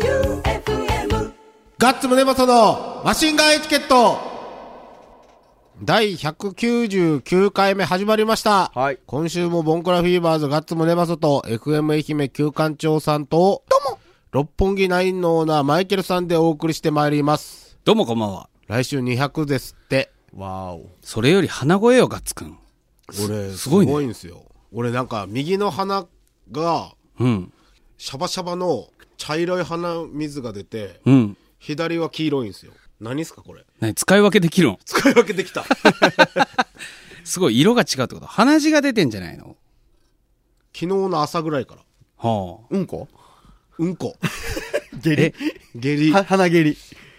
J-O-E-U-F-M ガッツムネマソのマシンガンエチケット第199回目始まりました。はい今週もボンクラフィーバーズガッツムネマソと FM 愛媛旧館長さんと、六本木ナインのオーナーマイケルさんでお送りしてまいります。どうもこんばんは。来週200ですって。わお。それより鼻声よ、ガッツくん。俺、すごいすねごいんですよ。俺なんか右の鼻が、うん。シャバシャバの茶色い鼻水が出て、うん。左は黄色いんですよ。何すかこれ。何使い分けできるの使い分けできた。すごい、色が違うってこと鼻血が出てんじゃないの昨日の朝ぐらいから。はうんこうん こ。下痢下痢。は鼻下痢。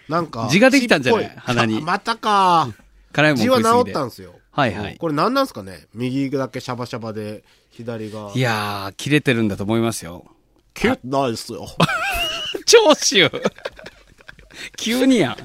なんか。字ができたんじゃない血っぽ鼻に またか。あ。辛 いもん字食はいすぎ。治ってたんですよ。はいはいこれ何なんすかね右だけシャバシャバで、左が。い、やー、切れてるんだと思いますよ。切れてないっ すよ。長州 急にやん。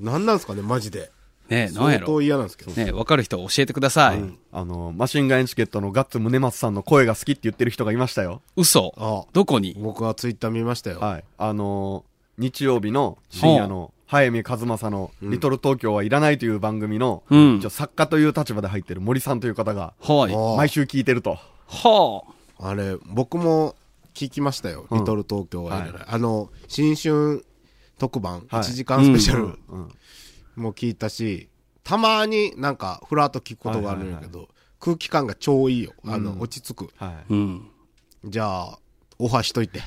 何なんすかねマジで。ねえ、なんや相ろ当。嫌なんですけど。ねえ、わかる人教えてください。あの、マシンガンエチケットのガッツ宗松さんの声が好きって言ってる人がいましたよ。嘘あどこに僕はツイッター見ましたよ。はい。あのー、日曜日の深夜の、早見和正の、リトル東京はいらないという番組の、うん一応作家という立場で入ってる森さんという方が、はい。あ毎週聞いてると。はあれ、僕も聞きましたよ。んリトル東京は、はいあの、新春特番、はい1時間スペシャル。うん。も聞いたし、たまになんかふらっと聞くことがあるんやけど、空気感が超いいよ。あの、落ち着く。はい。あ。うん。じゃあ、オファーしといて。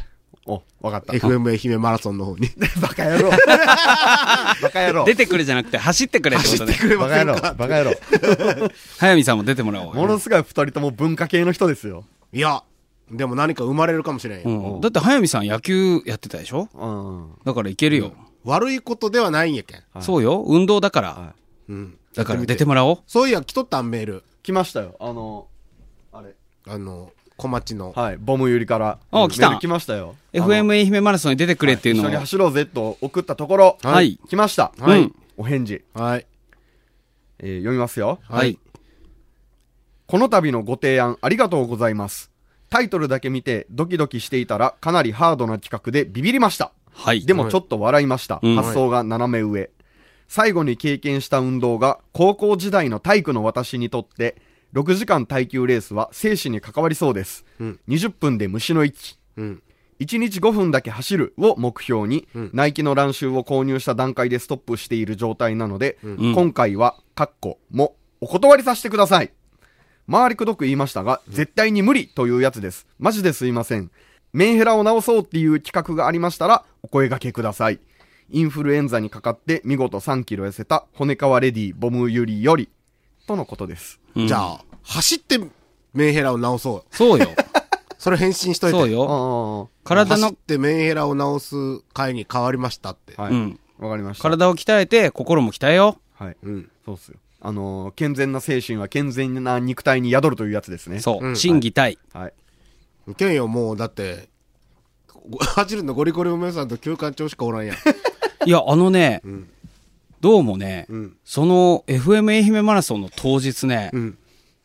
お、わかった。 FM 愛媛マラソンの方 に。バカ野郎。バカ野郎。出てくれじゃなくて走ってくれってことね。バカ野郎。バカ野郎。早見さんも出てもらおうもよ。のすごい二人とも文化系の人ですよ。いや、でも何か生まれるかもしれんよ。うん。だって早見さん野球やってたでしょうん。だからいけるよ。悪いことではないんやけん。そうよ。運動だから。うん。だから出てもらおう。そういや、来とったんメール。来ましたよ。あの、あれ。あの、小町の。はい、ボムユリから。あうん来たメール来ましたよ。あの FM 愛媛マラソンに出てくれっていう一の緒を。に走ろうぜと送ったところ、はいはい来ました。はいうんお返事、はい。えー読みますよ。はい。この度のご提案ありがとうございます。タイトルだけ見てドキドキしていたらかなりハードな企画でビビりました。はい。でもちょっと笑いました。うん発想が斜め上。最後に経験した運動が高校時代の体育の私にとって6時間耐久レースは生死に関わりそうです。うん20分で虫の息。うん。 1日5分だけ走るを目標に、ナイキの乱臭を購入した段階でストップしている状態なので、今回は、カッコもお断りさせてください。周りくどく言いましたが、絶対に無理というやつです。マジですいません。メンヘラを直そうっていう企画がありましたら、お声掛けください。インフルエンザにかかって見事3キロ痩せた骨川レディボムユリより、とのことです。うんじゃあ、走ってメンヘラを直そう。そうよ。それ返信しといて。そうあよ。あ、は体走っの、てメンヘラを直す会に変わりましたって。い。わ、うんかりました。体を鍛えて、心も鍛えよはい。うん。そうっすよ。あのー健全な精神は健全な肉体に宿るというやつですね。う。そうう。ん心技体。はい。いけんよ、もう、だって、ご走るのゴリゴリ梅さんと休館長しかおらんやん。 いや、あのね、どうもね、んその FM 愛媛マラソンの当日ね、ん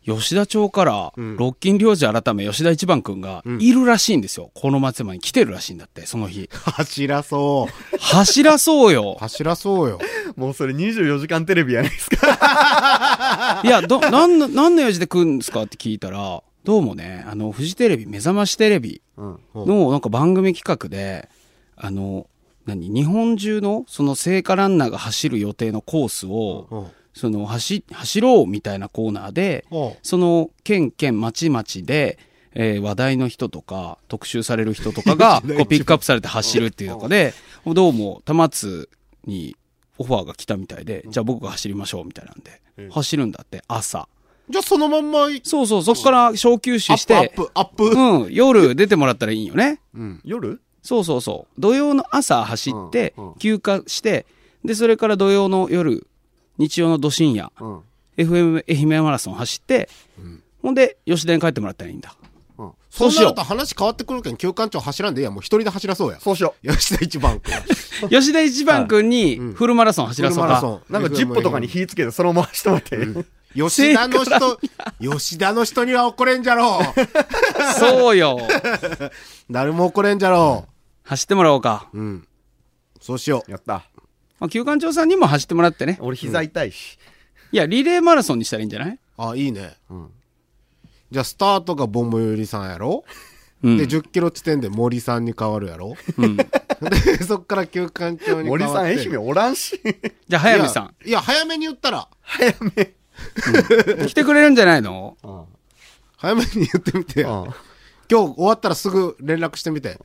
吉田町から、ん。ロッキン領事改め吉田一番くんがいるらしいんですよ。この松山に来てるらしいんだって、その日走らそう。走らそうよ。走らそうよ。もうそれ24時間テレビやないですか。 いや、ど、なんの、何の用事で来るんですかって聞いたら、どうもね、あの、フジテレビ、目覚ましテレビうん。のなんか番組企画で、あの、何、日本中のその聖火ランナーが走る予定のコースうを、ん。その、走、走ろうみたいなコーナーで、おその、県県町町で、えー話題の人とか、特集される人とか が、こう、ピックアップされて走るっていうのかで、どうも、田松にオファーが来たみたいで、じゃあ僕が走りましょうみたいなんで、走るんだって、朝。じゃあそのまんま、アッそうそう、そこから小休止しプ、アッて、プ、アップ。うん、夜出てもらったらいいんよね。うん。夜そうそうそう。土曜の朝走ってうんうん、休暇して、で、それから土曜の夜、日曜のど深夜、うん。 FM 愛媛マラソン走って、ほんで、吉田に帰ってもらったらいいんだ。うん。そそううしなよるうと。話変わってくるけん、休館長走らんでいいや。もう一人で走らそうや。そうしよ吉田一番君。 吉田一番くんにフルマラソン走らそフうルマラか。ソう。なんかジッポとかに火つけてそのまま走ってもらって。吉田の人、吉田の人には怒れんじゃろ そうよ。う。誰も怒れんじゃろ走ってもらおうか。う。うん。そうしよう。やった。まあ、旧館長さんにも走ってもらってね。俺膝痛いし。いや、リレーマラソンにしたらいいんじゃないあ、いいね。じゃあ、スタートがボムよりさんやろ、うんで、10キロ地点で森さんに変わるやろ、で、そっから休館長に変わって森。さん、愛媛おらんし。じゃあ、早見さいや。いや、早めに言ったら。早め。ん。 来てくれるんじゃないのうん。早めに言ってみて。今日終わったらすぐ連絡してみて。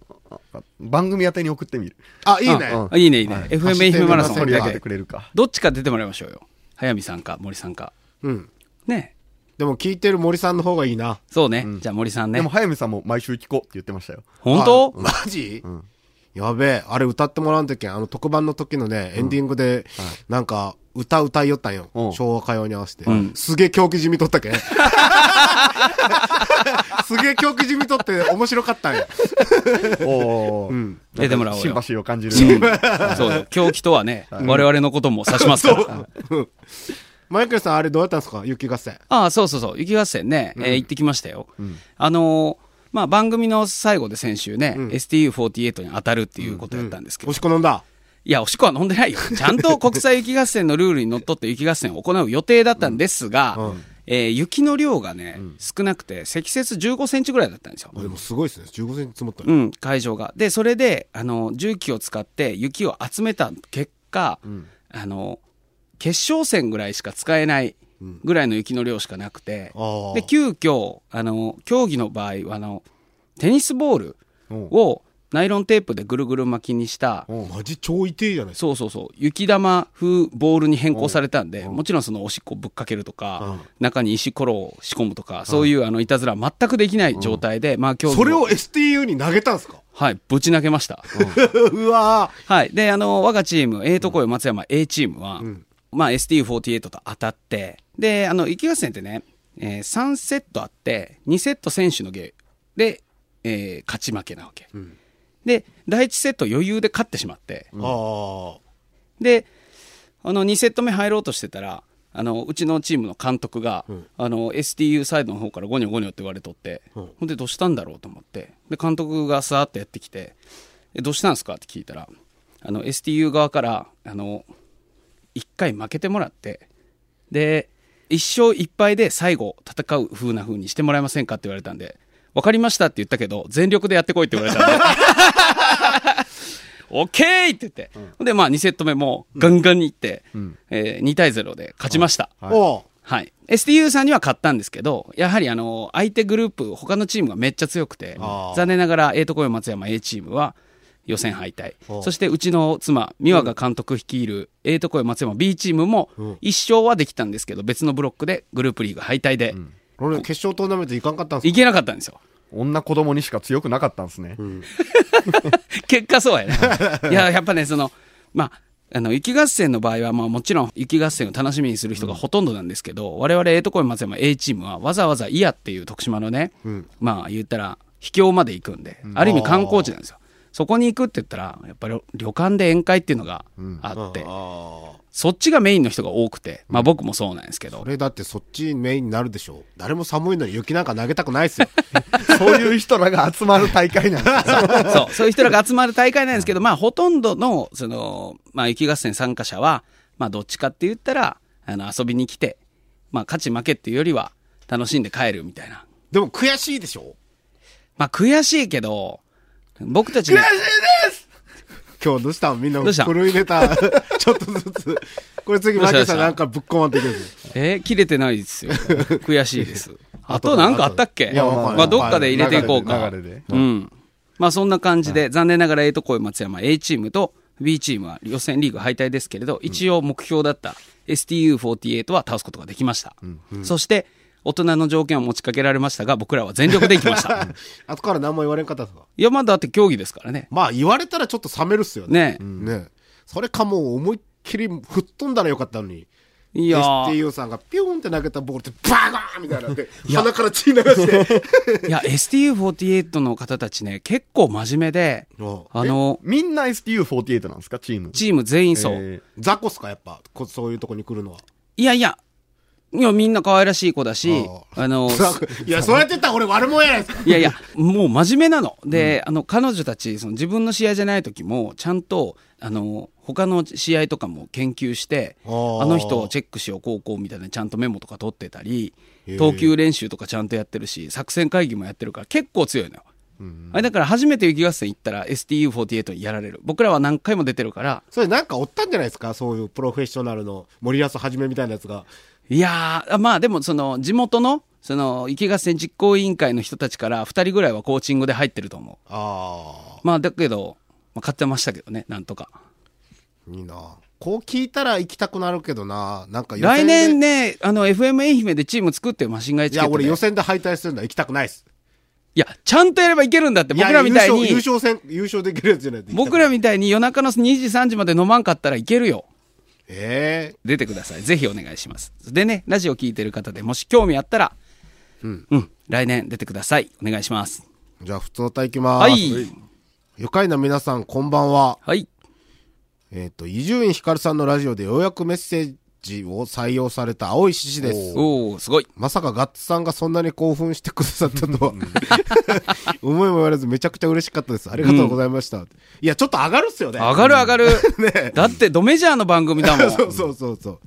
番組宛てに送ってみる。あ、いいね。うんあいいね、いいね。走って FM 愛みましょう媛マラソそンれやだってけく。れるか。どっちか出てもらいましょうよ。早見さんか、森さんか。うん。ねでも聞いてる森さんの方がいいな。そうね。じゃあ、森さんでねも、。早見さんも毎週聞こうって言ってましたよ。本当あマジ、やべえ。あれ歌ってもらわんといけん。あの特番の時のね、エンディングで、なんか、歌歌いよったんようん。昭和歌謡に合わせて。んすげえ狂気じみと ったけん。すげえ狂気じみとって面白かったんよ。おー。うん。出てもらおうよシンパシーを感じる。そうよ。狂気とはね、我々のことも指しますから。マイケルさん、あれどうやったんですか雪合戦。ああ、そうそうそう。雪合戦ね、えー行ってきましたよ。あのーまあ、番組の最後で先週ね、STU48 に当たるっていうことやったんですけど、押し込んだ。いや、おしっこは飲んでないよ。ちゃんと国際雪合戦のルールにのっとって雪合戦を行う予定だったんですが、えー雪の量がね、少なくて、積雪15センチぐらいだったんですよ。あでもすごいですね。15センチ積もったねうん、会場が。で、それで、あの、重機を使って雪を集めた結果、あの、決勝戦ぐらいしか使えないぐらいの雪の量しかなくて、あーで、急遽、あの、競技の場合は、あの、テニスボールをナイロンテープでぐるぐる巻きにした、マジ超痛いじゃないですか。そうそうそう、雪玉風ボールに変更されたんで、もちろんそのおしっこぶっかけるとか、中に石ころを仕込むとか、そういうあの、いたずらは全くできない状態で、まあ競技それを STU に投げたんですかはい、ぶち投げました。 うわはい。で、あの、我がチーム、ええとこよ松山 A チームは、まあ ST48 と当たって、で、あの、雪合戦ってね、えー3セットあって、2セット選手のゲーで、えー勝ち負けなわけ。で、第1セット余裕で勝ってしまって、ー。ああ。で、あの、2セット目入ろうとしてたら、あの、うちのチームの監督が、あの、STU サイドの方からゴニョゴニョって言われとって、ほんで、どうしたんだろうと思って、で、監督がさーってやってきて、え、どうしたんですかって聞いたら、あの、STU 側から、あの、一回負けてもらって、で、一勝一敗で最後戦う風な風にしてもらえませんかって言われたんで、わかりましたって言ったけど、全力でやってこいって言われたんで。オッケーって言って。ほん、で、まあ2セット目もガンガンにいって、えー2対0で勝ちました。はい。おう STU さんには勝ったんですけど、やはりあの、相手グループ、他のチームがめっちゃ強くてあー、残念ながら、ええとこよ松山 A チームは予選敗退。おそしてうちの妻、美和が監督率いる、ええとこよ松山 B チームも、一勝はできたんですけど、別のブロックでグループリーグ敗退で、俺決勝トーナメント行かんかったんすいけなかったんですよ。女子供にしか強くなかったんですね。結果そうやね。 いや、やっぱね、その、まあ、あの、雪合戦の場合は、まあもちろん雪合戦を楽しみにする人がほとんどなんですけど、我々、ええとこい松山 A チームは、わざわざ伊谷っていう徳島のね、まあ言ったら、秘境まで行くんで、ある意味観光地なんですよ。そこに行くって言ったら、やっぱり旅館で宴会っていうのがあって、ああ。そっちがメインの人が多くて、まあ僕もそうなんですけどこ、れだってそっちメインになるでしょ。誰も寒いのに雪なんか投げたくないっすよ。 そういう人らが集まる大会なんで すそう、そういう人らが集まる大会なんですけど、まあ、ほとんどの、その、まあ、雪合戦参加者は、まあ、どっちかって言ったら、あの、遊びに来て、まあ、勝ち負けっていうよりは、楽しんで帰るみたいな。でも悔しいでしょまあ、悔しいけど、僕たちね、今日どうしたんみんなどうした古いネタ、 ちょっとずつ。これ次、どうマイケルさしたんどうしたなんかぶっこまんといけるぞえー切れてないですよ。悔しいです。あとなんかあったっけいやわかんないまあ、どっかで入れていこうか。流れで。うん。まあそんな感じで、残念ながら、ええとこい松山 A チームと B チームは予選リーグ敗退ですけれど、一応目標だった STU48 は倒すことができました。そして、大人の条件を持ちかけられましたが、僕らは全力でいきました。後から何も言われんかったっすかいや、まだだって競技ですからね。まあ言われたらちょっと冷めるっすよね。ねねそれかもう思いっきり吹っ飛んだらよかったのに。いやー STU さんがピューンって投げたボールってバーンみたいなって、鼻から血流して。 いや、STU48 の方たちね、結構真面目で、おあの、みんな STU48 なんですかチーム。チーム全員そう。えーザコっすかやっぱ、こそういうとこに来るのは。いやいや、いや、みんな可愛らしい子だし、あの、いや、 そうやってったら俺悪者やないですか。いやいや、 もう真面目なの。で、あの、彼女たち、その自分の試合じゃない時も、ちゃんと、あの、他の試合とかも研究して、ああーの人をチェックしよう、こうこうみたいな、ちゃんとメモとか取ってたりへえ、投球練習とかちゃんとやってるし、作戦会議もやってるから、結構強いのよ。あれだから初めて雪合戦行ったら STU48 にやられる。僕らは何回も出てるから、それなんかおったんじゃないですかそういうプロフェッショナルの森保はじめみたいなやつが。いやー、あまあでもその地元の、その、雪合戦実行委員会の人たちから2人ぐらいはコーチングで入ってると思ああ、う。まあだけど、まあ、買ってましたけどね、なんとか。いいな。こう聞いたら行きたくなるけどな。なんか予来選で年ね、あの、FM 愛媛でチーム作ってよマシンガイいチケッや、トで。俺い予や、選で敗退するのは行きたくないです。ちゃんとやればいけるんだって、僕らみたいや優に、勝優勝戦、優勝できるやつじゃないと行きたく僕ないらみたいに夜中の2時3時まで飲まんかったらいけるよ。ええ出てください。ぜひお願いします。でね、ラジオ聞いてる方でもし興味あったら、うん、来年出てください。お願いします。じゃあ、普通歌行きます。はい。愉快な皆さん、こんばんは。はい。えっ、と、伊集院光さんのラジオでようやくメッセージを採用された青い獅子です。おー、すごい。まさかガッツさんがそんなに興奮してくださったとは、 思いも言われずめちゃくちゃ嬉しかったです。ありがとうございました。いや、ちょっと上がるっすよね。上がる上が る。だってドメジャーの番組だも。そうんそうそうそう。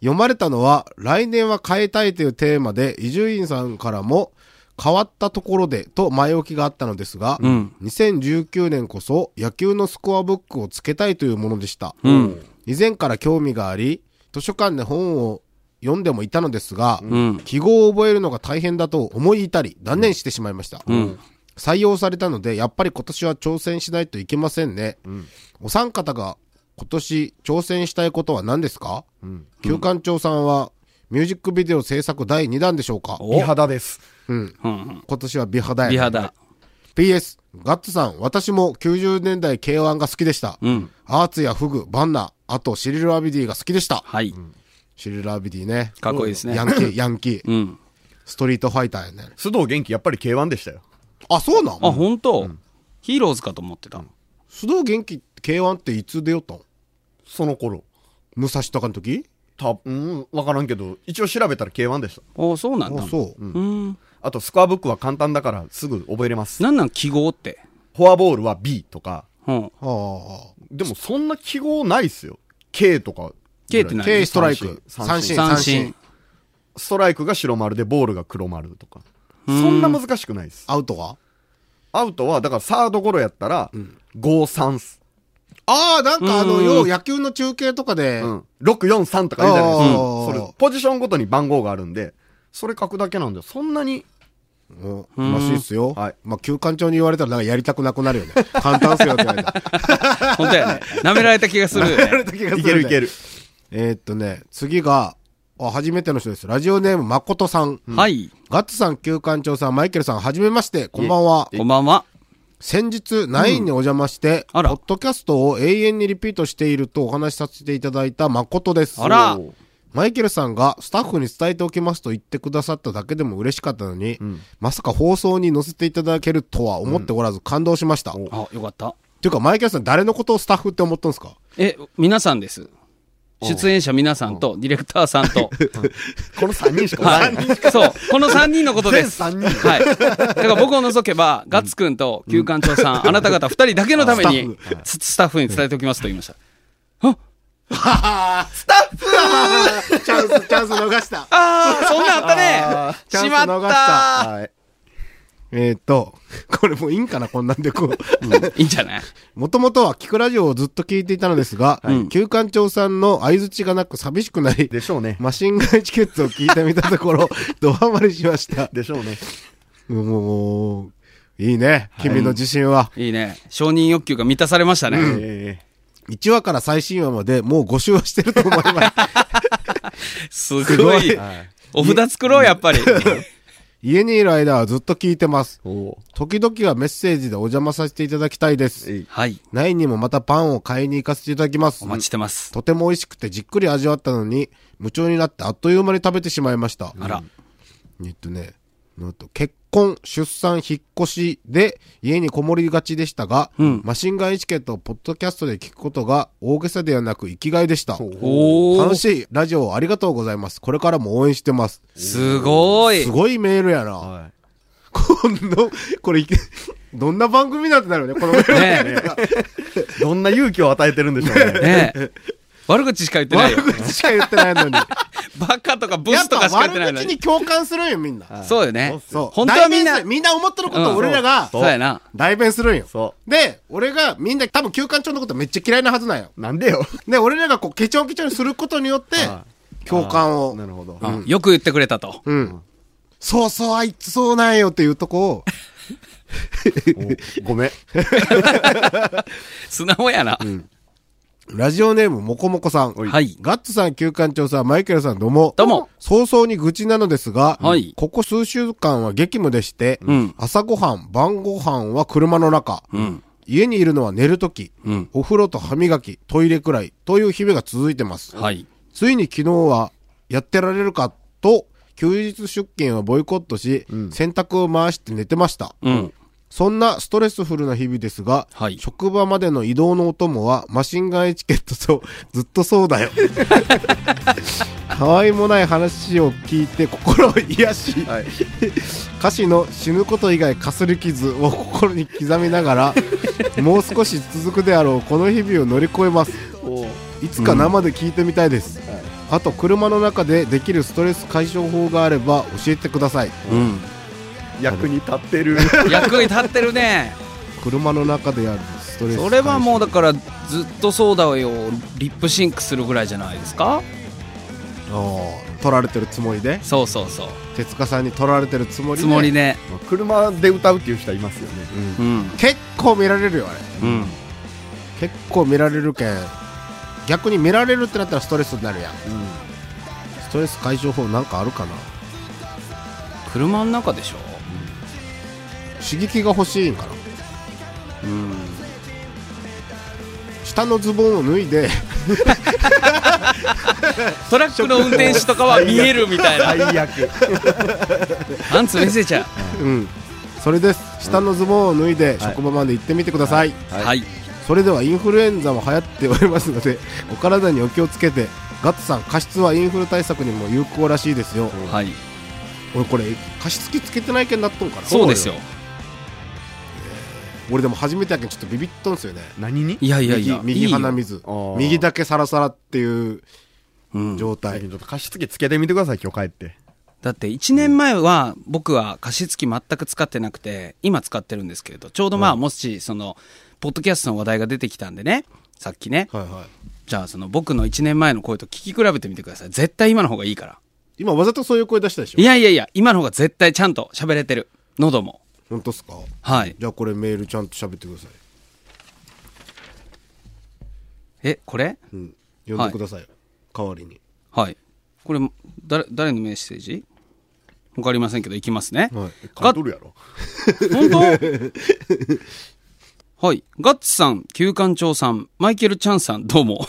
読まれたのは、来年は変えたいというテーマで、伊集院さんからも、変わったところでと前置きがあったのですが、2019年こそ野球のスコアブックをつけたいというものでした。以前から興味があり、図書館で本を読んでもいたのですが、記号を覚えるのが大変だと思い至り、断念してしまいました。採用されたので、やっぱり今年は挑戦しないといけませんね。お三方が今年挑戦したいことは何ですか、旧館長さんはミュージックビデオ制作第2弾でしょうかお美肌です。うん今年は美肌や、ね。美肌。 PS、ガッツさん、私も90年代 K1 が好きでした。うん。アーツやフグ、バンナ、あとシリル・アビディが好きでした。はい。シリル・アビディね。かっこいいですねヤンキ ー、ヤンキー。うん。ストリートファイターやね。須藤元気、やっぱり K1 でしたよ。あ、そうなんあ、本当、ヒーローズかと思ってた。須藤元気 K1 っていつ出よったんその頃。武蔵とかの時た、うん、わからんけど、一応調べたら K1 でした。おそうなんだ。あ、そう。う。うん。あと、スコアブックは簡単だからすぐ覚えれます。なんなん記号って。フォアボールは B とか、うん。あでもそんな記号ないっすよ。K とか。 K ってあ。何 K ストライク。三三振、振三三振振。。ストライクが白丸で、ボールが黒丸とか。そんな難しくないです。アウトはアウトは、だからサードゴロやったら、5-3っす。ああ、なんかあの、うんよう野球の中継とかで、うん。6-4-3とかいいじゃないですか。あーそれ、ポジションごとに番号があるんで、それ書くだけなんで、そんなに、うんらしいっすよ。はいまあ、休館長に言われたらなんかやりたくなくなるよね。 簡単っすよって言わ れた。本当や ね。舐められた気がするよね。いけるいる。ける。えーっとね、次が、あ、初めての人です。ラジオネーム、誠さん。はい。ガッツさん、休館長さん、マイケルさん、はじめまして、こんばんは。こんばんは。先日、ナインにお邪魔して、あらポッドキャストを永遠にリピートしているとお話しさせていただいた誠です。あらおーマイケルさんがスタッフに伝えておきますと言ってくださっただけでも嬉しかったのに、まさか放送に載せていただけるとは思っておらず感動しました。っあ、よかった。ていうか、マイケルさん誰のことをスタッフって思ったんです かえ、皆さんです。出演者皆さんと、ディレクターさん と。この3人しかお らはんよい。そう。この3人のことです。全3はい。だから僕を除けば、ガッツくんと旧館長さん、あなた方2人だけのために、ススタッフに伝えておきますと言いました。チャンス、チャンス逃した。ああ、そんなんあったあねーチャンしスまっ逃たはい。えっ、と、これもういいんかな、こんなんでこ う。いいんじゃないもともとは聞くラジオをずっと聞いていたのですが、旧館長さんの相槌がなく寂しくなりで、しょうね。マシンガンチケットを聞いてみたとこ ろ、ドハマりしました。でしょうね。もうもう、いいね、君の自信は。いいね。承認欲求が満たされましたね。え1話から最新話までもう5周はしてると思い ます。すごすごいい。お札作ろう、やっぱり。家にいる間はずっと聞いてます。ー、お時々はメッセージでお邪魔させていただきたいです。えい はい。ナインにもまたパンを買いに行かせていただきますお。待ちしてます。とても美味しくてじっくり味わったのに、夢中になってあっという間に食べてしまいました。あら。えっとね、なんと結婚、出産、引っ越しで家にこもりがちでしたが、うんマシンガンエチケットをポッドキャストで聞くことが大げさではなく生きがいでした。お楽おしいラジオをありがとうございます。これからも応援してます。すごいすごいメールやな。はこの、これいけ、どんな番組なんてなるよね、このメール。ねい。どんな勇気を与えてるんでしょうね。えねえ悪口しか言ってない 悪よ口しか言ってないのに。バカとかブやスっとぱかしか言ってない悪の口にに共感するんよ、みんな。そうよねそう。本当はみん代な弁するみんな思ってることを俺らがそうやな代弁するんよ。そで、俺がみんな多分休館長のことめっちゃ嫌いなはずなんよ。う。なんでよ。で、俺らがこう、ケチョンケチョンすることによって、共感をな。るほど。うんよく言ってくれたとうん。そうそう、あいつそうなんよっていうと こを、おごめん。素直やなラジオネームもこもこさん。はいガッツさん、休館長さん、マイケルさん、どうも。どうも。早々に愚痴なのですが、はいここ数週間は激務でして、ん朝ごはん、晩ごはんは車の中、ん家にいるのは寝るとき、うんお風呂と歯磨き、トイレくらいという日々が続いてます。はいついに昨日はやってられるかと、休日出勤をボイコットし、洗濯を回して寝てました。うんそんなストレスフルな日々ですが、はい職場までの移動のお供はマシンガンエチケットと ずっとそう だよ。可愛もない話を聞いて心を癒し、はい。歌詞の死ぬこと以外かすり傷を心に刻みなが ら、もう少し続くであろうこの日々を乗り越えます。おういつか生で聞いてみたいです。あと車の中でできるストレス解消法があれば教えてください。うん役に立ってる。役に立ってるね車の中でやるストレス解消それはもうだからずっとそうだよリップシンクするぐらいじゃないですかあー取られてるつもりでそうそうそう手塚さんに取られてるつもりつでもりね 車で歌うっていう人はいますよね。うん結構見られるよあれうん結構見られるけん逆に見られるってなったらストレスになるやんストレス解消法なんかあるかな車の中でしょ刺激が欲しいんかなうん下のズボンを脱いで トラックの運転手とかは見えるみたいな最悪。パンツ見せちゃうんそれです下のズボンを脱いで職場まで行ってみてください、うはいそれではインフルエンザも流行っておりますのでお体にお気をつけてガッツさん加湿はインフル対策にも有効らしいですよ、はい俺これ加湿器つけてないけんなっとんかなそうですよ俺でも初めてやけんちょっとビビっとんすよね何にいやいやいや右右いいよ鼻水あー右だけサラサラっていううん状態、最近ちょっと加湿器つけてみてください、今日帰って。だって1年前は僕は加湿器全く使ってなくて今使ってるんですけれどちょうどまあもしそのポッドキャストの話題が出てきたんでねさっきねはいはいじゃあその僕の1年前の声と聞き比べてみてください絶対今の方がいいから今わざとそういう声出したでしょいやいやいや今の方が絶対ちゃんと喋れてる喉も本当っすかはいじゃあこれメールちゃんと喋ってください、えこれうん、読んでください、代わりにはいこれ誰誰のメッセージわかりませんけどいきますね、はい買っとるやろ。本当はい。ガッツさん、旧館長さん、マイケルちゃんさん、どう も。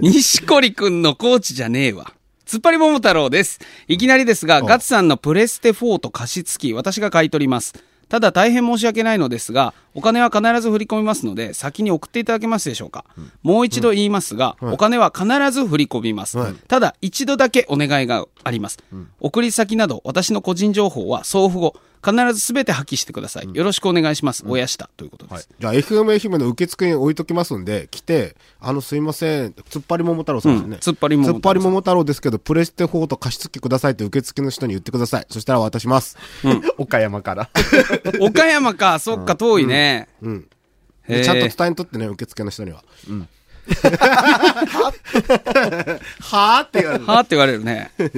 西堀くんのコーチじゃねえわ。つっぱり桃太郎です。いきなりですが、ガッツさんのプレステ4と加湿器、私が買い取ります。ただ大変申し訳ないのですが、お金は必ず振り込みますので、先に送っていただけますでしょうか。もう一度言いますが、お金は必ず振り込みます。はいただ一度だけお願いがあります、送り先など私の個人情報は送付後必ず全て破棄してください、よろしくお願いします、親下ということです、じゃあ FM 愛媛の受付に置いときますんで来て「あのすいませんつっぱり桃太郎さんですね、うんつっぱり桃太郎さつっんぱり桃太郎ですけどプレステ4と加湿器ください」って受付の人に言ってくださいそしたら渡します岡山から。 岡山かそっか遠いね、でへーちゃんと伝えんとってね受付の人にはうんはあって言われるはあって言われるねい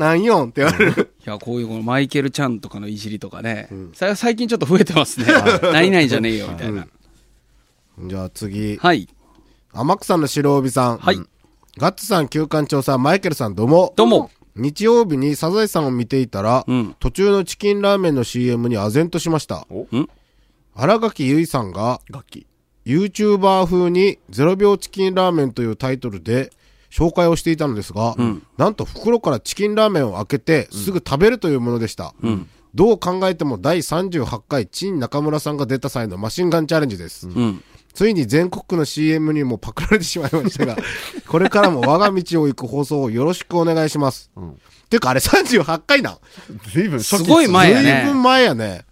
なんよんって言われる。やこういうこのマイケルちゃんとかのいじりとかね、さ最近ちょっと増えてますね、何々じゃねえよみたいな、 じゃあ次。はい天草の白帯さん。はいうんガッツさん、旧館長さん、マイケルさん、どうも。どうも。日曜日にサザエさんを見ていたら、うん途中のチキンラーメンの CM に唖然としました。ん荒垣結衣さんが楽器。 YouTuber 風に0秒チキンラーメンというタイトルで紹介をしていたのですが、なんと袋からチキンラーメンを開けてすぐ食べるというものでした。どう考えても第38回陳中村さんが出た際のマシンガンチャレンジです。うん。ついに全国区の CM にもパクられてしまいました が、これからも我が道を行く放送をよろしくお願いします。てかあれ38回なん随分初す期ごい前や随分ね。前やね。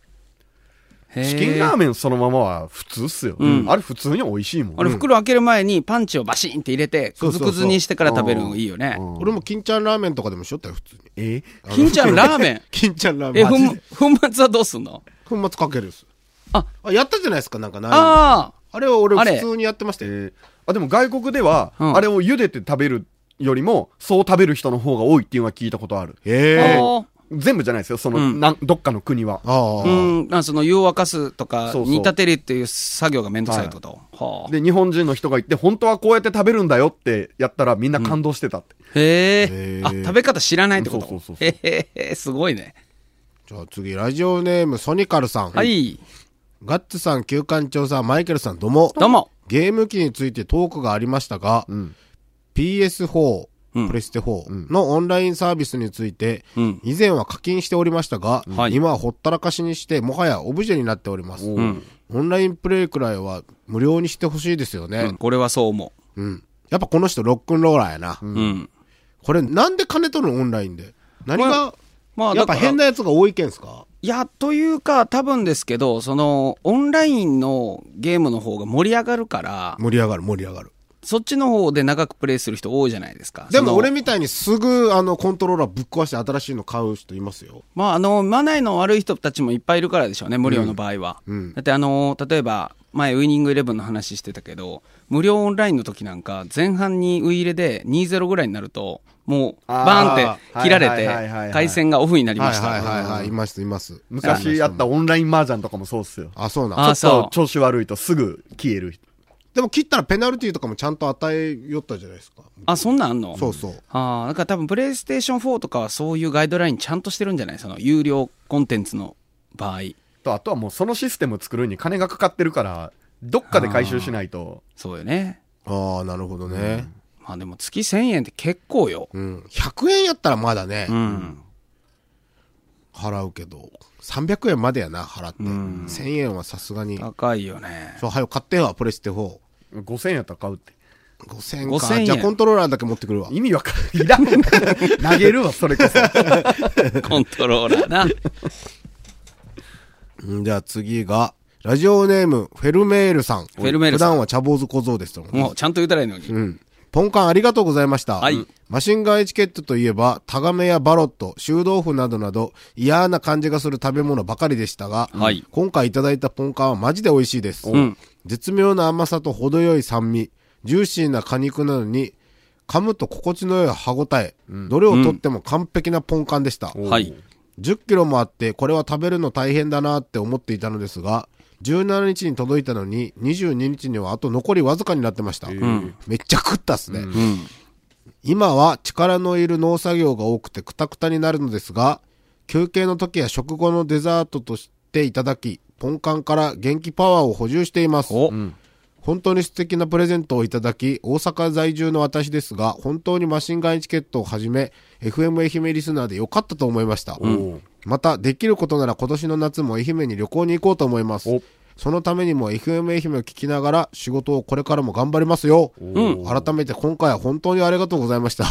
へーチキンラーメンそのままは普通っすよ。あれ普通に美味しいもん。あれ袋開ける前にパンチをバシーンって入れて、そうそくうずそうくずにしてから食べるのいいよね。俺も金ちゃんラーメンとかでもしよったよ、普通に。え金ちゃんラーメン。 金ちゃんラーメえ、ン。粉マジで粉末はどうすんの粉末かけるっす。あやったじゃないですか、なんか何ああれは俺あれ普通にやってましたよ。えーあ、でも外国では、うんあれを茹でて食べるよりも、そう食べる人の方が多いっていうのは聞いたことある。あ。へえ。あ全部じゃないですよ、その、うんなんどっかの国は。ああ。ーうん、あその湯を沸かすとか、そうそう煮立てるっていう作業がめんどくさいってこと。はあ。で、日本人の人が言って、本当はこうやって食べるんだよってやったらみんな感動してたって。へへ。えーあ、食べ方知らないってこそとうそうそうそうへへへ、すごいね。じゃあ次、ラジオネームソニカルさん。はい。ガッツさん、旧館長さん、マイケルさん、どうも。どうも。ゲーム機についてトークがありましたが、ん PS4、うんプレステ4のオンラインサービスについて、うん以前は課金しておりましたが、はい今はほったらかしにして、もはやオブジェになっております。んオンラインプレイくらいは無料にしてほしいですようねん、、これはそう思うん。やっぱこの人ロックンローラーやな。う。うん。これなんで金取るのオンラインで何が、まあ、やだっぱから変なやつが多いけんすかいや、というか、多分ですけど、その、オンラインのゲームの方が盛り上がるから、盛り上がる盛り上がる。そっちの方で長くプレイする人多いじゃないですか。でそもの俺みたいにすぐあのコントローラーぶっ壊して新しいの買う人いますよ。まあ、あの、マナーの悪い人たちもいっぱいいるからでしょうね、無料の場合は。だって、あの、例えば、前、ウイニングイレブンの話してたけど、無料オンラインの時なんか、前半にウイ入れで2-0ぐらいになると、もう、あーバーンって切られはいはいはいはいはて、い回線がオフになりまはいした。はいはいはい、いますいます。昔やったオンライン麻雀とかもそうっすよ。あ、そうなんあちょっそとう。調子悪いとすぐ消える。でも切ったらペナルティーとかもちゃんと与えよったじゃないですか。あ、そんなんあんのそうそう。ああ、だから多分プレイステーション4とかはそういうガイドラインちゃんとしてるんじゃないその有料コンテンツの場合。と、あとはもうそのシステム作るに金がかかってるから、どっかで回収しないと。そうよね。ああ、なるほどね。まあでも月1000円って結構よ。うん。100円やったらまだね、うん。払うけど、300円までやな、払って。1000円はさすがに。高いよね。そう、早く買ってよ、プレステ4。 5000円やったら買うって。 5000円か。 5000円じゃあコントローラーだけ持ってくるわ。意味わかんない。いらん。投げるわ、それこ そ。コントローラーな。うんじゃあ次が、ラジオネーム、フェルメールさん。ェルメールさん普段は茶坊主小僧ですと、もうちゃんと言うたらいいのに。うん。ポンカンありがとうございました。はいマシンガンエチケットといえば、タガメやバロット、臭豆腐などなど、嫌な感じがする食べ物ばかりでしたが、はい今回いただいたポンカンはマジで美味しいです。絶妙な甘さと程よい酸味、ジューシーな果肉なのに、噛むと心地の良い歯ごたえ、どれをとっても完璧なポンカンでした。はい。 10キロもあって、これは食べるの大変だなって思っていたのですが、17日に届いたのに、22日にはあと残りわずかになってました。めっちゃ食ったっすね。今は力のいる農作業が多くてクタクタになるのですが、休憩の時や食後のデザートとしていただき、ポンカンから元気パワーを補充しています。お、本当に素敵なプレゼントをいただき、大阪在住の私ですが、本当にマシンガンチケットをはじめ、FM 愛媛リスナーで良かったと思いました。また、できることなら今年の夏も愛媛に旅行に行こうと思いますお。そのためにも FM 愛媛を聞きながら仕事をこれからも頑張りますよ。改めて今回は本当にありがとうございました。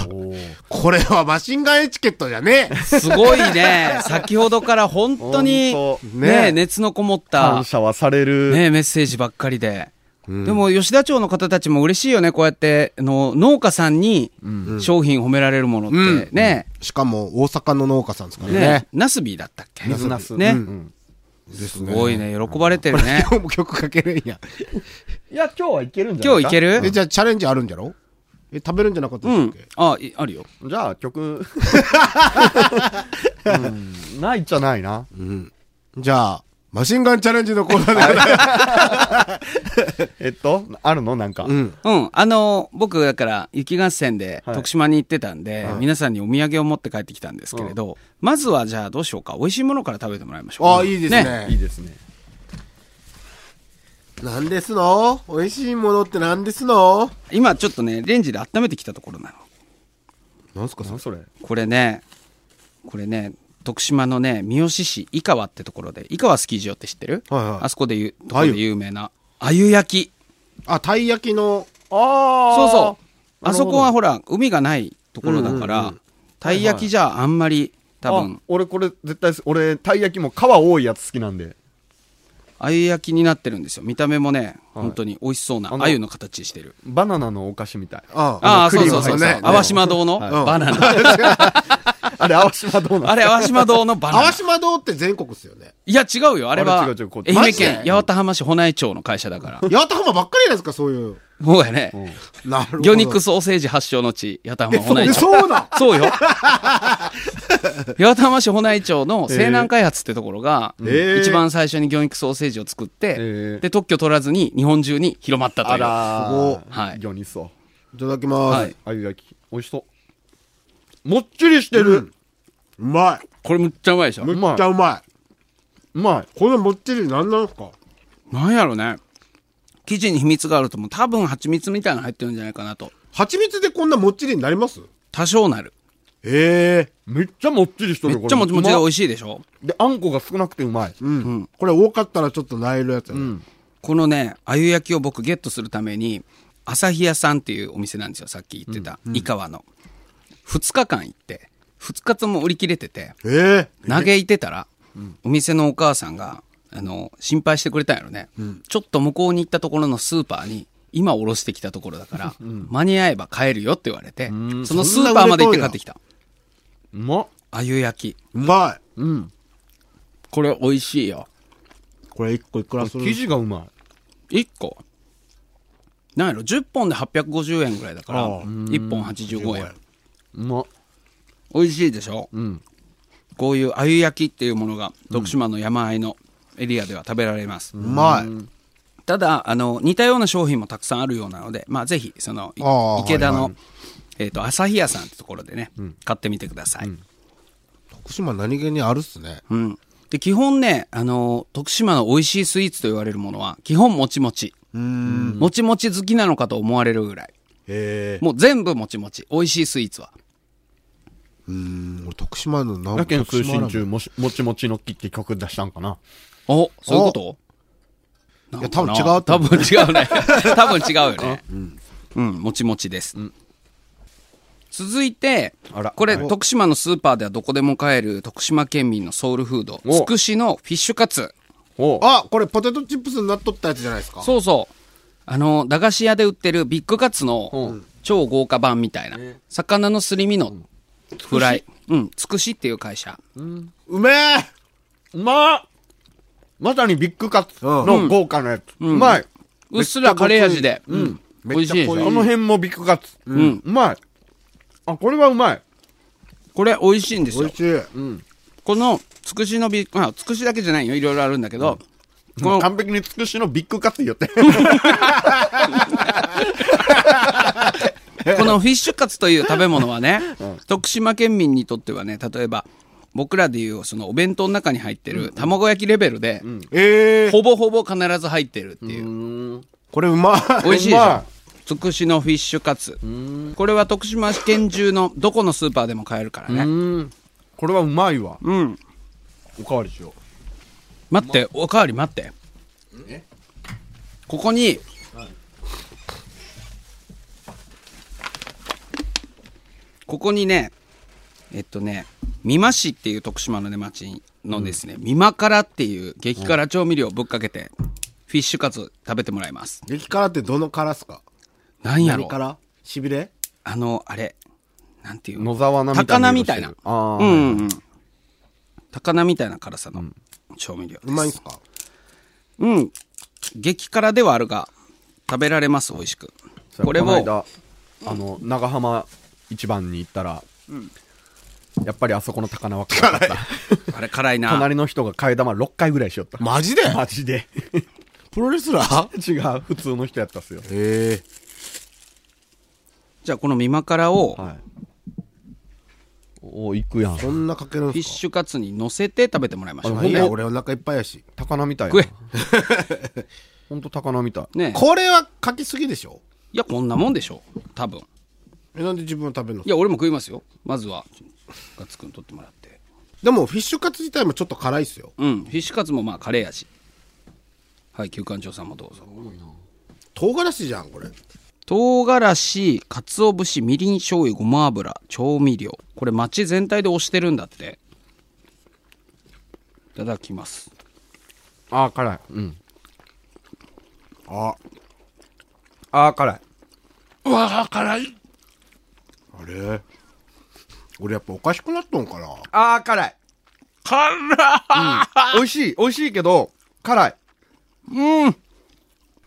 これはマシンガンエチケットじゃねえすごいね。先ほどから本当に、本当ねね熱のこもった感、謝はされる。ねメッセージばっかりで。でも吉田町の方たちも嬉しいよね、こうやって、あの農家さんに商品褒められるものって、ね、しかも大阪の農家さんですからね。ね、ナスビーだったっけ水ナス。ね、うんですすごい。ね、喜ばれてる ね。今日も曲かけるんや。いや、今日はいけるんじゃ今ない日いけるえ、るじゃあチャレンジあるんじゃろえ、食べるんじゃなかったうでしたっんけ、。あ、いあるよ。じゃあ曲、うんないじゃないな。じゃあ、マシンガンチャレンジのコーナーで。えっと、あるのなんか。うん。うん。あの、僕、だから、雪合戦ではい徳島に行ってたんで、皆さんにお土産を持って帰ってきたんですけれど、まずはじゃあどうしようか。美味しいものから食べてもらいましょう。ああ、いいですね。いいですね。なんですの美味しいものってなんですの今ちょっとねレンジで温めてきたところなのなんすか何それこれねこれね徳島のね三好市井川ってところで井川スキー場って知ってる、はいはいあそこでゆとこで有名なあゆ焼きあ、たい焼きの、あそうそうああそこはほら海がないところだから、たい焼きじゃあんまり多分、あ俺これ絶対す俺たい焼きも皮多いやつ好きなんであゆ焼きになってるんですよ見た目もね、はい本当に美味しそうなあのあゆの形してるバナナのお菓子みたい あああクそリうーそムうそうそう、入ってるね淡島堂のいバナナ、あれ淡島どうなあのれ淡島堂のバナナ淡島堂って全国っすよね。いや違うよあれはあれ違う違うこっち愛マ媛ジで県八幡浜市保内町の会社だから八幡浜ばっかりじゃないですか、そういう。そうやね、なるほど。魚肉ソーセージ発祥の地八幡浜保内え町そうなんそうよ。八幡浜市保内町の西南開発ってところが、ー一番最初に魚肉ソーセージを作って、えーで、特許取らずに日本中に広まったとあいう。らすごいはい魚にそういただきます。はいうあゆ焼き美味しそうもっちりしてる、まい。これむっちゃうまいでしょう。めまっちゃいうまい。うまこのもっちりなんなんすかなんやろね。生地に秘密があると思う。多分蜂蜜みたいなの入ってるんじゃないかなと。蜂蜜でこんなもっちりになります多少なる。ええいめっちゃもっちりしてめるっちゃもちもちで美味しいしいでしょ。であんこが少なくてうまい、うん。これ多かったらちょっと萎えるやつやなこのね、あゆ焼きを僕ゲットするために、朝日屋さんっていうお店なんですよ。さっき言ってた。井川の。2日間行って、2日とも売り切れてて。ええ嘆いてたら、お店のお母さんが、あの、心配してくれたんやろね、ちょっと向こうに行ったところのスーパーに、今おろしてきたところだから、間に合えば買えるよって言われて、そのスーパーまで行って買ってきた。うまっあゆ焼き。うまい。うんこれ美味しいよ。これ一個いくらする生地がうま1個。なんやろ、10本で850円ぐらいだから、ああ1本85円。いうまっ美味しいでしょ、んこういうあゆ焼きっていうものが、徳島の山あいのエリアでは食べられます。うまい。ただあの似たような商品もたくさんあるようなので、まあ、ぜひそのいあー池田の、はいはえっと朝日屋さんってところでね、買ってみてください、うん徳島何気にあるっすね。で基本ねあの徳島の美味しいスイーツと言われるものは基本もちもちうん。もちもち好きなのかと思われるぐらいええもう全部もちもち美味しいスイーツはうん。俺徳島の何やけん通徳島ラーメ信ン中もしもちもちの木って曲出したんかなおそういうこといや、多分違うとな多思う。分違うね多分違うよねうん、もちもちです、続いてあらこれはい徳島のスーパーではどこでも買える徳島県民のソウルフードおつくしのフィッシュカツおうあ、これポテトチップスになっとったやつじゃないですか。そうそうあの駄菓子屋で売ってるビッグカツの超豪華版みたいな魚のすり身のフライうんつくしっていう会社うめえうまっまさにビッグカツの豪華なやつ、うまいうっすらカレー味で美味しいでめっちゃし濃いょこの辺もビッグカツ、うんうまいあこれはうまいこれ美味しいんです美よ味しい。このつくしのビッグまあつくしだけじゃないよいろいろあるんだけどこ の完璧につくしのビッグカツ言ってこのフィッシュカツと いう食べ物はね、徳島県民にとってはね、例えば、僕らでいう、そのお弁当の中に入ってる卵焼きレベルで、ええほぼほぼ必ず入ってるっていう。これうまい。美味しいでしうょま。つくしのフィッシュカツ。これは徳島県中のどこのスーパーでも買えるからね。うんこれはうまいわうん。おかわりしよ待って、おかわり待って。ここに、ここにね、えっとね、美馬市っていう徳島のね、町のですね、美馬辛っていう激辛調味料をぶっかけて、フィッシュカツ食べてもらいます。激辛ってどの辛っすかなんやろ何辛しびれあの、あれ、なんていううの野沢菜みたいな高菜みたいな。あー、うんうんうん。高菜みたいな辛さの調味料です。うまいんすかうん。激辛ではあるが、食べられます、美味しく。これこのを、間あの長浜一番に行ったら、やっぱりあそこの高菜は辛 かったあれ辛いな。隣の人が替え玉6回ぐらいしよったマジでマジで プロレスラー違う普通の人やったっすよええじゃあこの美馬辛を、フはいおお行くやんこんなかけるんィッすかシュカツに乗せて食べてもらいましょう。いや、俺お腹いっぱいやし。高菜みたい食なえほんと高菜みたい。ねこれは書きすぎでしょいや、こんなもんでしょ。多分。えなんで自分は食べるのいや、俺も食いますよ。まずは、ガッツくん取ってもらって。でもフィッシュカツ自体もちょっと辛いっすようん。フィッシュカツもまあ、カレー味。はい、旧館長さんもどうぞ。唐辛子じゃんこれ唐辛子、鰹節、みりん醤油、ごま油、調味料。これ街全体で押してるんだって。いただきます。あー、辛い。うん。ああー、辛い。うわあ、辛い。あれ俺やっぱおかしくなっとんかなあー、辛い。辛い、美味しい、美味しいけど、辛い。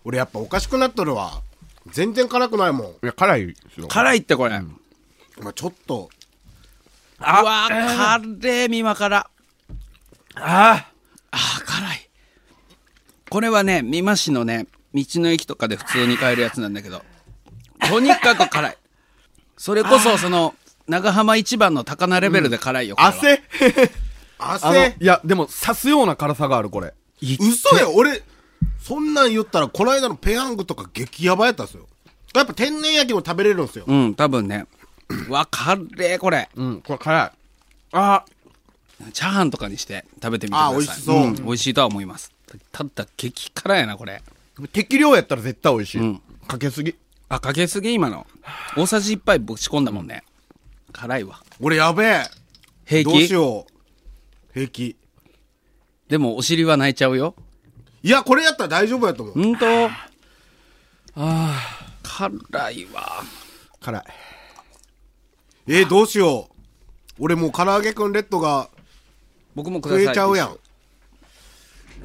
俺やっぱおかしくなっとるわ全然辛くないもんいや、辛いですよ。辛いってこれ。まあ、ちょっとあうわあ、カレー見まから。ああー辛いこれはね美馬市のね道の駅とかで普通に買えるやつなんだけどとにかく辛いそれこそその長浜一番の高菜レベルで辛いよ、これは汗あの、汗いや、でも、刺すような辛さがある、これ。嘘や俺そんなん言ったらこの間のペヤングとか激ヤバやったっすよやっぱ天然焼きも食べれるんすようん多分ねうわカレーこれうん、これ辛い。あチャーハンとかにして食べてみてくださいあー美味しそう美味しいとは思いますただ激辛やなこれー適量やったら絶対美味しい。うんかけすぎ。あかけすぎ今の大さじ1杯ぶち込んだもんね辛いわ俺やべえ平どうし気よう平気でもお尻は泣いちゃうよいやこれやったら大丈夫やと思う本当ああ辛いわ辛い。えー、どうしよう俺もう唐揚げくんレッドが僕もくだ食さいえちゃうやん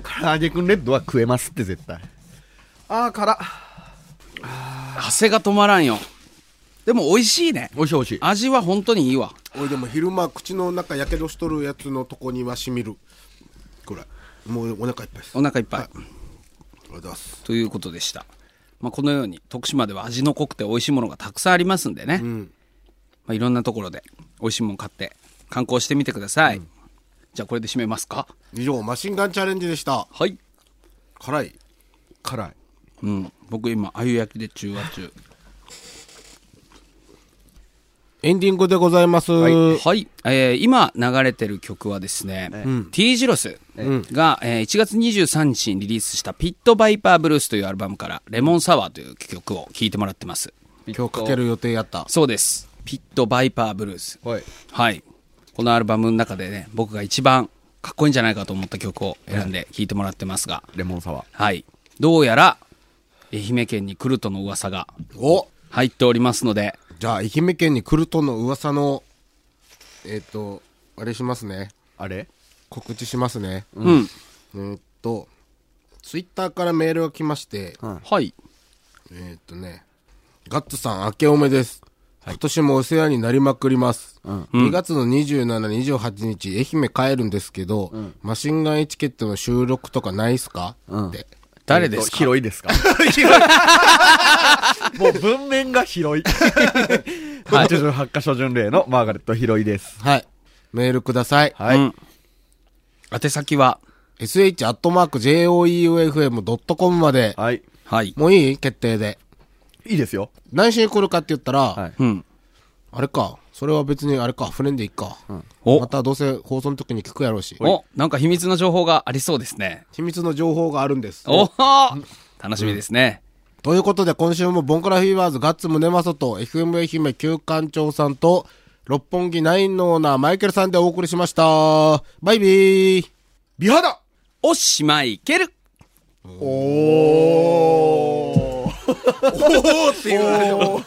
唐揚げくんレッドは食えますって、絶対。あー、辛い。汗が止まらんよでも美味しいね美味しい、美味しい。味は本当にいいわおいでも昼間口の中やけどしとるやつのとこにはしみるくらいもうお腹いっぱいですあお腹いっぱい、りがとうございますということでした、まあ、このように徳島では味の濃くて美味しいものがたくさんありますんでね、まあ、いろんなところで美味しいもの買って観光してみてください、じゃあこれで締めますか以上マシンガンチャレンジでしたはい辛い辛い。うん僕今あゆ焼きで中和中エンディングでございます、はい、えー今流れてる曲はですね、T ジロスが、えー1月23日にリリースした「ピットバイパーブルース」というアルバムから「レモンサワー」という曲を聴いてもらってます今日かける予定やったそうです「ピットバイパーブルース」はい。はいこのアルバムの中でね僕が一番かっこいいんじゃないかと思った曲を選んで聴いてもらってますが、レモンサワー。はいどうやら愛媛県に来るとの噂がお入っておりますのでじゃあ愛媛県に来るとの噂のえっ、とあれしますねあれ告知しますねうん、うんとツイッターからメールが来まして、はいえーっとね、ガッツさん、明けおめです。今年もお世話になりまくります。2月の27、28日、愛媛帰るんですけど、マシンガンエチケットの収録とかないっすか、って。誰ですか、 広いですかもう文面が 広い。88箇所 巡礼のマーガレット広いです。はい。メールください。はい。うん宛先は sh.joeufm.com まで。はい。はいもういい決定で。いいですよ。何しに来るかって言ったら、はいうんあれか。それは別にあれか。船でいっか。おまたどうせ放送の時に聞くやろうし。お、なんか秘密の情報がありそうですね。秘密の情報があるんです。おー楽しみですね。ということで、今週もボンカラフィーバーズガッツムネマソと、FM 愛媛旧館長さんと、六本木ナインのオーナーマイケルさんでお送りしました。バイビー美肌おしまいけるおー。Oh. おーって言う